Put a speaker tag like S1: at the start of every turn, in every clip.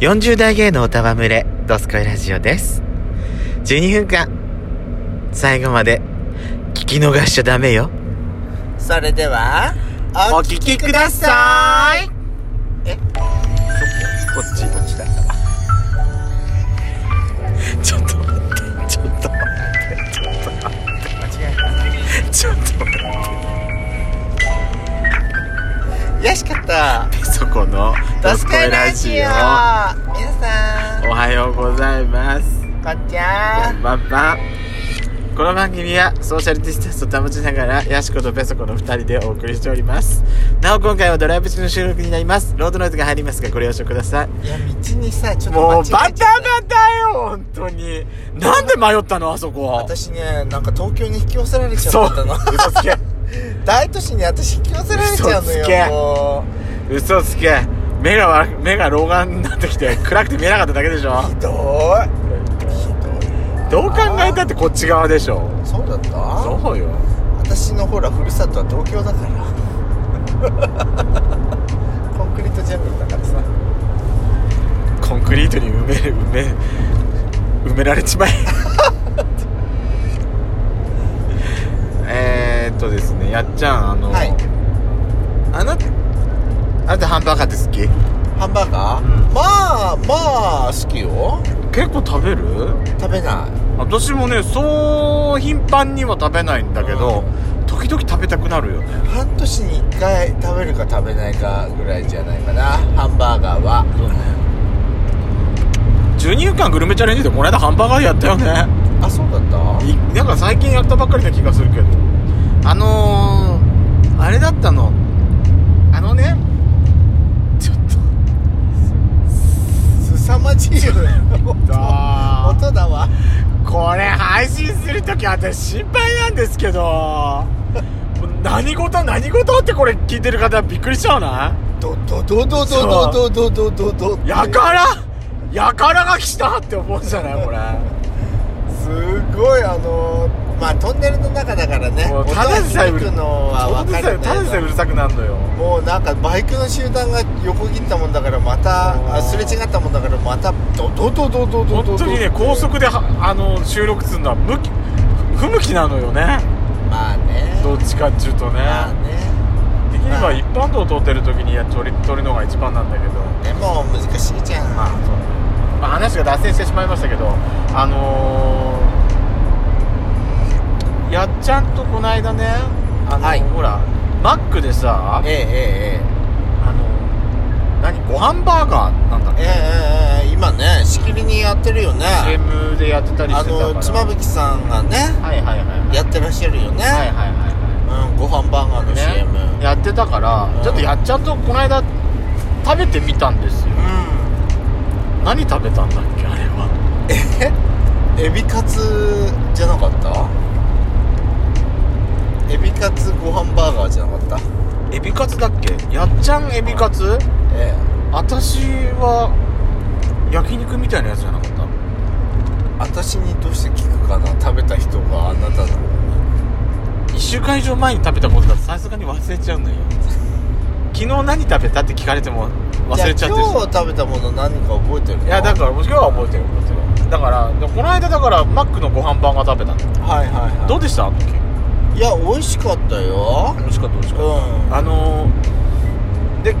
S1: 40代芸のおたわむれ、ドスコイラジオです。12分間、最後まで聞き逃しちゃダメよ。
S2: それでは
S1: お聞きください
S2: こっちこっちだったわ
S1: ちょっと待って、ちょっと待って、ちょっと待って、間違えた。ちょっと待っ
S2: よしかった
S1: て、そこの、
S2: ドスコイラジオ皆
S1: ラ
S2: さ
S1: ジオおはようございます。
S2: んこんちゃん
S1: バンバンこの番組はソーシャルディスタンスを保ちながらヤシコとペソコの2人でお送りしておりますなお今回はドライブ中の収録になりますロードノイズが入りますがご了承ください
S2: いや道にさちょっと
S1: もう
S2: 間
S1: バ
S2: 違えちゃっ
S1: タバタよ本当になんで迷ったのあそ
S2: た
S1: こ
S2: 私ねなんか東京に引き寄せられちゃ
S1: そ
S2: った
S1: う
S2: の
S1: 嘘つけ
S2: 大都市に私引き寄せられちゃうの
S1: 嘘つけ
S2: よも
S1: 嘘つけ目がわ目が老眼になってきて暗くて見えなかっただけでしょ
S2: うひどいひど
S1: どう考えたってこっち側でしょ
S2: いそうだった
S1: そうよ
S2: 私のほらふるさとは東京だからコンクリートジャングルだからさ
S1: コンクリートに埋める埋め埋められちまえ えーっとですねやっちゃんあの、
S2: はい
S1: あなたあなたハンバーガーって好き
S2: ハンバーガー、
S1: うん
S2: まあまあ好きよ
S1: 結構食べる
S2: 食べない
S1: 私もねそう頻繁には食べないんだけど、時々食べたくなるよね
S2: 半年に1回食べるか食べないかぐらいじゃないかなハンバーガーは
S1: 12分間グルメチャレンジでこの間ハンバーガーやったよね
S2: あそうだった
S1: いなんか最近やったばっかりな気がするけどあのー、あれだったのあのねちょっ
S2: すさまじいよ音
S1: とあ
S2: 音だわ
S1: これ配信するとき私心配なんですけどもう何事何事ってこれ聞いてる方びっくりしちゃうな
S2: ドドドドドドドドドドド
S1: やからやからが来たって思うじゃないこれ
S2: すごいあのまあトンネルの中だからね
S1: もう
S2: 音
S1: た
S2: が
S1: だでさえう
S2: 響
S1: る
S2: くのは
S1: ただで
S2: 分か
S1: さえ
S2: るん
S1: ただでさ
S2: だ
S1: え
S2: よ
S1: うるさくなるのよ
S2: もうなんかバイクの集団が横切ったもんだからまたあすれ違ったもんだからまたドドドドドドド
S1: 本当にね高速ではあの収録するのは向き不向きなのよね
S2: まあね
S1: どっちかっちゅうとね
S2: まあね
S1: できれ
S2: ま
S1: ば
S2: あ
S1: 一般道を通ってる時にや取り取るのが一番なんだけど
S2: でも難しいじゃん、
S1: まあそうまあ、話が脱線してしまいましたけどあのー、やっちゃんとこの間ねあの、
S2: はい
S1: ほらマックでさあ
S2: ええ
S1: の何ご飯バーガーなんだっ
S2: ええ
S1: け
S2: ええええええ今ねしきりにやってるよね
S1: CM でやってたり
S2: あ
S1: してたから
S2: の妻夫木さんがね
S1: はいはいはいはい
S2: やってらっしゃるよね、
S1: はいはいはいはい
S2: うん、ご飯バーガーの CM、
S1: ね、やってたから、
S2: うん
S1: ちょっとやっちゃんとこの間食べてみたんですよ
S2: う
S1: 何食べたんだっけあれは
S2: んエビカツじゃなかったエビカツご飯バーガーじゃなかった
S1: エビカツだっけやっちゃんエビカツ
S2: ええ
S1: 私は焼肉みたいなやつじゃなかった
S2: 私にどうして聞くかな食べた人があなたの
S1: 1週間以上前に食べたことだとさすがに忘れちゃうのよ昨日何食べたって聞かれても忘れちゃってる
S2: じ
S1: し
S2: ゃあ今日食べたもの何か覚えてるの
S1: いやだから今日は覚えてる覚えてるだからでもこの間だからマックのご飯バーガー食べたんだよ
S2: はいはいはい
S1: どうでしたあの時
S2: いや美味しかったよ
S1: 美味しかった美味し
S2: う
S1: かっ
S2: ん
S1: たあのー、で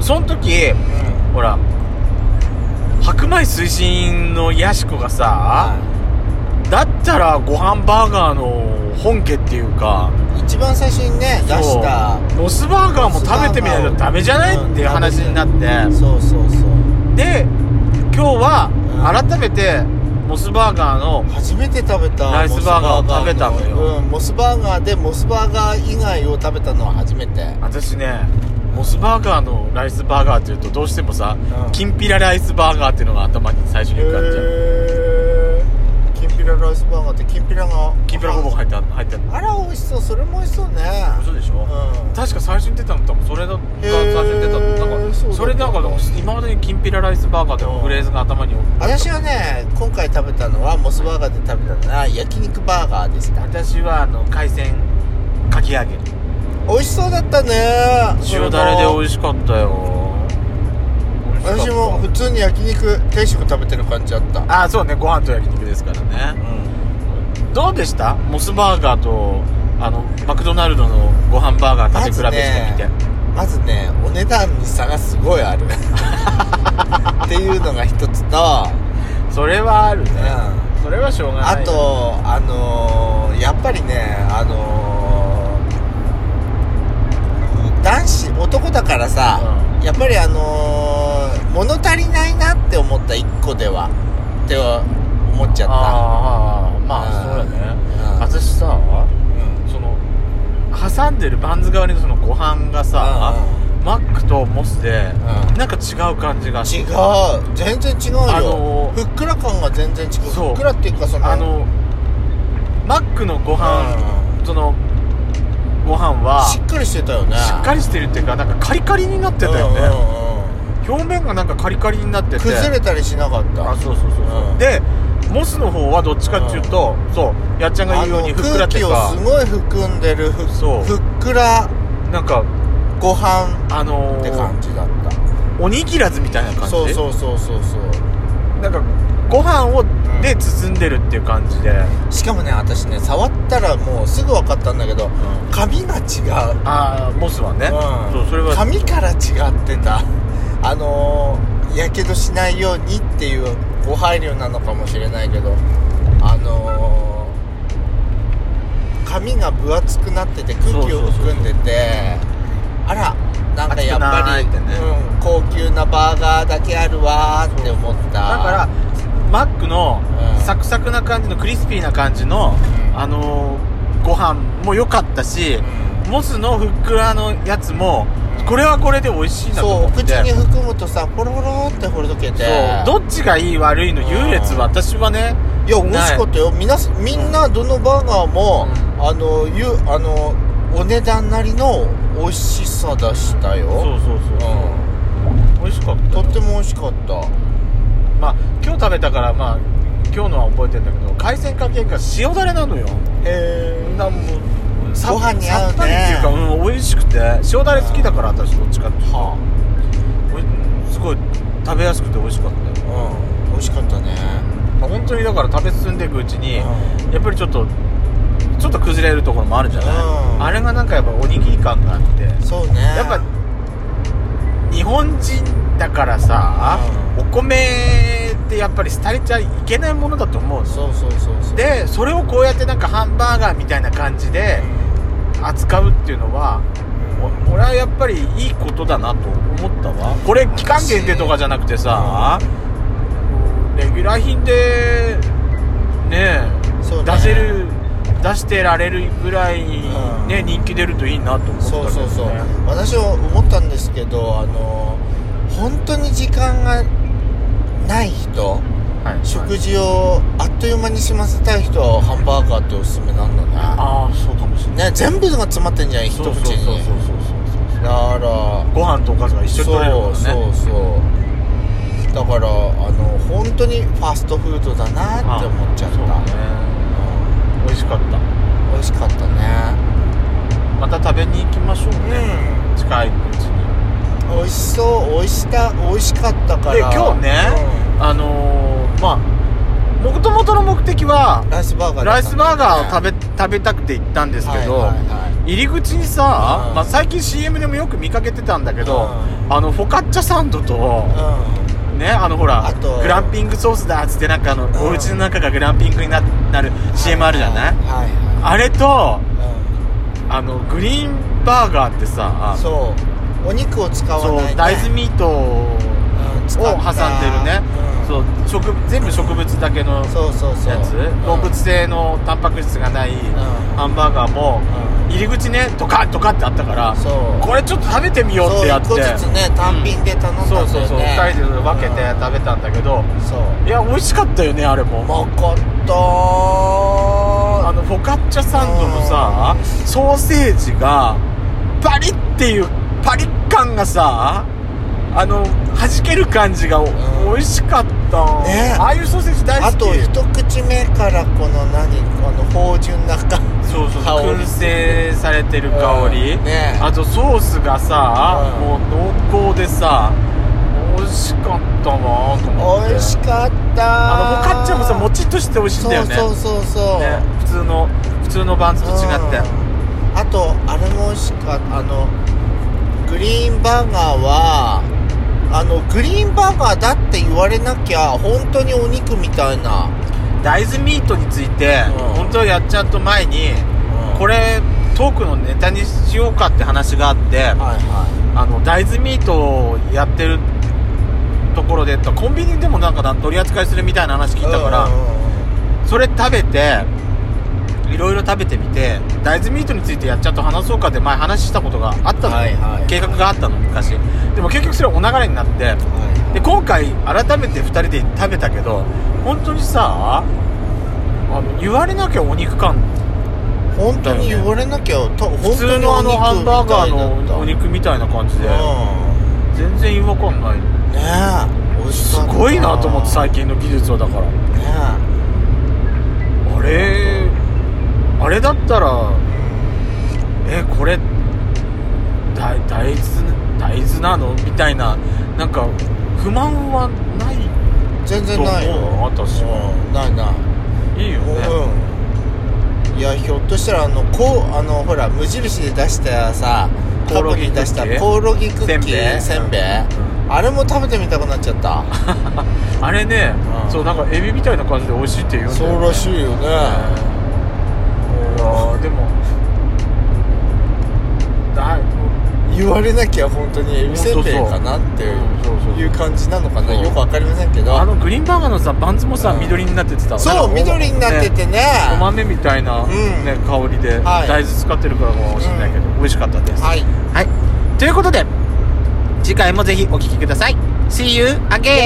S1: その時
S2: うん
S1: ほら白米推進のヤシコがさ、だったらご飯バーガーの本家っていうか
S2: 一番最初にね出した
S1: そうロスバーガーも食べてみないとダメじゃないっていう話になって
S2: そうそうそう
S1: で今日
S2: う
S1: は改めてモスバーガーの
S2: 初めて食べた
S1: ライスバーガーを食べたのよ
S2: モスバーガーのうん、モスバーガーでモスバーガー以外を食べたのは初めて
S1: 私ねモスバーガーのライスバーガーっていうとどうしてもさ、
S2: うん
S1: きんぴらライスバーガーっていうのが頭に最初に浮かんじゃう
S2: えきんぴらライスバーガーってきんぴらが
S1: きんぴらごぼう入ってあ入ってあ
S2: あら美味しそうそれも美味しそうね
S1: そうでしょ、
S2: うん
S1: 確か最初に出たの多分それだった
S2: へ
S1: 最
S2: ー
S1: 初に出たのだから
S2: そうだった
S1: それなんかでも今までにきんぴらライスバーガーっていうフレーズが頭にあった
S2: 私はね今回食べたのはモスバーガーで食べたのは焼肉バーガーでした
S1: 私はあの海鮮かき揚げ
S2: 美味しそうだったね
S1: 塩だれで美味
S2: し
S1: しかったよ美味
S2: 私も普通に焼肉定食食べてる感じあった
S1: ああそうねご飯と焼肉ですからね
S2: う
S1: どうでしたモスバーガーとあのマクドナルドのご飯バーガー食べ比べしてみて、
S2: んまずねお値段に差がすごいあるっていうのが一つと、
S1: それはあるね
S2: うん、あ
S1: それはしょうがないね
S2: とあのーやっぱりねあのー男子男だからさ、やっぱりあのー物足りないなって思った一個ではって思っちゃった
S1: あーあーまあそう
S2: うん
S1: だね
S2: うん
S1: 私さ
S2: うん
S1: その挟んでるバンズ代わりのそのご飯がさマックとモスで
S2: うん
S1: なんか違う感じが
S2: 違う
S1: して
S2: 全然違うよ、
S1: あのー
S2: ふっくら感が全然違う
S1: そう
S2: ふっくらっていうかその
S1: あのマックのご飯
S2: うん
S1: そのご飯は
S2: しっかりしてたよね
S1: しっか
S2: り
S1: りしてるっていうかなんかカリカリになってたよね、表面がなんかカリカリになってて
S2: 崩れたりしなかった
S1: あそうそうそうそう、
S2: うん
S1: でモスの方はどっちかっていうと、そうやっちゃんが言うように
S2: あ
S1: ふ
S2: の
S1: っくらっていうか
S2: 空気をすごい含んでるふ
S1: そう
S2: ふっくら
S1: なんか
S2: ご飯
S1: あの
S2: って
S1: ー
S2: 感じだった
S1: おにぎらずみたいな感じ
S2: そうそうそうそうそう
S1: なんかご飯を
S2: ん
S1: で包んでるっていう感じで、
S2: しかもね私ね触ったらもうすぐ分かったんだけど髪が違う
S1: ああモスはね、
S2: うん
S1: そうそれは
S2: 髪から違ってた あのーやけどしないようにっていうご配慮なのかもしれないけどあのー髪が分厚くなってて空気を含んでてあらなんかやっぱり、
S1: 熱くないってね
S2: うん、高級なバーガーだけあるわーって思っただ
S1: だからマックの
S2: うん
S1: サクサクな感じのクリスピーな感じの、
S2: うん
S1: あのーご飯も良かったし、モスのふっくらのやつも
S2: うん
S1: これはこれで美味しいなと
S2: そ
S1: 思
S2: う
S1: って
S2: 口に含むとさポロポロってほどけて
S1: そうどっちがいい悪いの優劣
S2: うん
S1: 私はね
S2: いや美味しかったよみなすみんなどのバーガーも、
S1: う
S2: あのゆあのお値段なりの美味しさでした
S1: そ
S2: よ
S1: うそうそう美味しかった
S2: うん、とって
S1: も
S2: も美味しかった
S1: まあ今日食べたからまあ今日のは覚えてんだけど海鮮かけんか塩だれなのよ
S2: へ
S1: なんもうさ
S2: ご飯に合うね
S1: さっぱりっていうか、うん、美味しくて塩だれ好きだから私どっちかっていうと
S2: は
S1: おいすごい食べやすくて美味しかったよ、
S2: うん美味しかったね
S1: まあ、本当にだから食べ進んでいくうちに、
S2: う
S1: やっぱりちょっとちょっと崩れるところもあるじゃない、
S2: うん
S1: あれがなんかやっぱおにぎり感があって
S2: そうね
S1: やっぱ日本人だからさ、
S2: う
S1: お米ってやっぱり廃れちゃいけないものだと思うの
S2: そうそうそうそう
S1: でそれをこうやってなんかハンバーガーみたいな感じで扱うっていうのはお俺はやっぱりいいことだなと思ったわこれ期間限定とかじゃなくてさ、レギュラー品でね
S2: そうね
S1: 出せる出してられるぐらい、
S2: うん
S1: ね人気出るといいなと思ったけど
S2: そ
S1: ね
S2: うそうそう私は思ったんですけどあの本当に時間がない人
S1: はい
S2: 食事をあっという間に済ませたい人はハンバーガーっておすすめなんだ
S1: ああそうかもしれない
S2: ねね全部が詰まってんじゃん一口
S1: そうそうそうそう
S2: に
S1: そうそう
S2: だから
S1: ご飯とおかずが一緒に取れるからね
S2: そうそうそうだからあの本当にファストフードだなって思っちゃっ
S1: そう
S2: た、
S1: だね美味しかった
S2: うん美味しかったね
S1: また食べに行きましょうね、近いうちに
S2: 美味しそう美味した美味しかったから
S1: で今日ね、あのー、まあもともとの目的は
S2: うんライスバーガー
S1: ライスバーガーを
S2: べ
S1: 食べ食べたくて行ったんですけど、
S2: はいはいはい
S1: 入り口にさ、
S2: うん
S1: まあ、最近 CM でもよく見かけてたんだけど、
S2: う
S1: あのフォカッチャサンドと、
S2: う
S1: ねあのほら
S2: あと
S1: グランピングソースだっつってなんかあの、
S2: ん
S1: お家の中がグランピングにななる
S2: ん
S1: CM あるじゃない、
S2: はいは
S1: あれと
S2: いはいうん
S1: あのグリーンバーガーってさ
S2: そうお肉を使わ
S1: そう
S2: ない、ね、
S1: 大豆ミートを
S2: うん使
S1: 挟んで
S2: った
S1: るね、
S2: うん
S1: そう植全部植物だけのやつ
S2: そうそうそう
S1: 動物性のタンパク質がないハンバーガーも
S2: う
S1: 入り口ねトカットカッてあったから
S2: そう
S1: これちょっと食べてみようっ
S2: そう
S1: てやっ
S2: 一
S1: て
S2: 個ずつね単品で頼んだんだ
S1: そ
S2: よ、ね
S1: うそうそう2人で分けて食べたんだけど
S2: べそう
S1: いや美味しかったよねあれも
S2: うまかった
S1: あのフォカッチャサンドのさソーセージがパリっていうパリッ感がさあの弾ける感じが
S2: ん
S1: 美味しかった、
S2: ね
S1: ああいうソーセージ大好
S2: あ
S1: き
S2: と一口目からこの何この芳醇な感
S1: そうそう
S2: 香り
S1: 燻製されてる香り、
S2: うんね
S1: あとソースがさ、
S2: うん
S1: もう濃厚でさ美味しかったなと思って
S2: 美味しかった
S1: あのフォカッチャもさもちっとして美味しいんだよね
S2: そうそうそうそう、
S1: ね普通の普通のバンズと違って
S2: うんあとあれも美味しかったあのグリーンバーガーはあのグリーンバーガーだって言われなきゃ本当にお肉みたいな、
S1: 大豆ミートについて、
S2: うん
S1: 本当はやっちゃうと前に、これトークのネタにしようかって話があって
S2: はいは
S1: あの大豆ミートをやってるところでコンビニでもなんかな取り扱いするみたいな話聞い
S2: い
S1: たから、
S2: うんうんうん
S1: それ食べていろいろ食べてみて大豆ミートについてやっちゃうと話そうかって前話したことがあったの、
S2: はいはい
S1: 計画があったの昔でも結局それはお流れになってで今回改めて2人で食べたけど本当にさあの言われなきゃお肉感
S2: 本当に言われなきゃと
S1: 普
S2: 本当
S1: 通
S2: に
S1: のあのハンバーガーのお
S2: お肉み
S1: 肉みたいな感じ
S2: たい
S1: で
S2: だったうん
S1: 全然違和感ない
S2: ねえ美味し
S1: す
S2: かった
S1: ごいなと思って最近の技術はだから
S2: ね
S1: あれあれだったらえこれ大大豆大豆なのみたいななんか不満はない
S2: え全然ないよ
S1: と思う私
S2: うんないない
S1: いいよね
S2: うんいやひょっとしたらあのこうあのほら無印で出したさ
S1: コ
S2: カ
S1: オロ
S2: ップ
S1: ギ
S2: に
S1: クッキー
S2: 出したコオロギクッキ
S1: せ
S2: ーせ
S1: ん
S2: ん
S1: べ
S2: べ
S1: い
S2: いあれも食べてみたくなっちゃった
S1: あれね、
S2: うん
S1: そうなんかエビみたいな感じで美味しいって言うんだよ、ね、い
S2: いよね
S1: でもだい
S2: 言われなきゃ本当にエビせんべいかなっていう
S1: うんそうそう
S2: いう感じなのかな
S1: そう
S2: よくわかりませんけど
S1: あのグリーンバーガーのさバンズもさ、
S2: うん
S1: 緑になっててさ
S2: そう緑になっててね
S1: お豆みたいな、
S2: うん
S1: ね香りで、
S2: は
S1: 大
S2: い
S1: 豆使ってるからかもしれないけど、美味しかったです
S2: はい
S1: はい、ということで次回もぜひお聴きください See you again!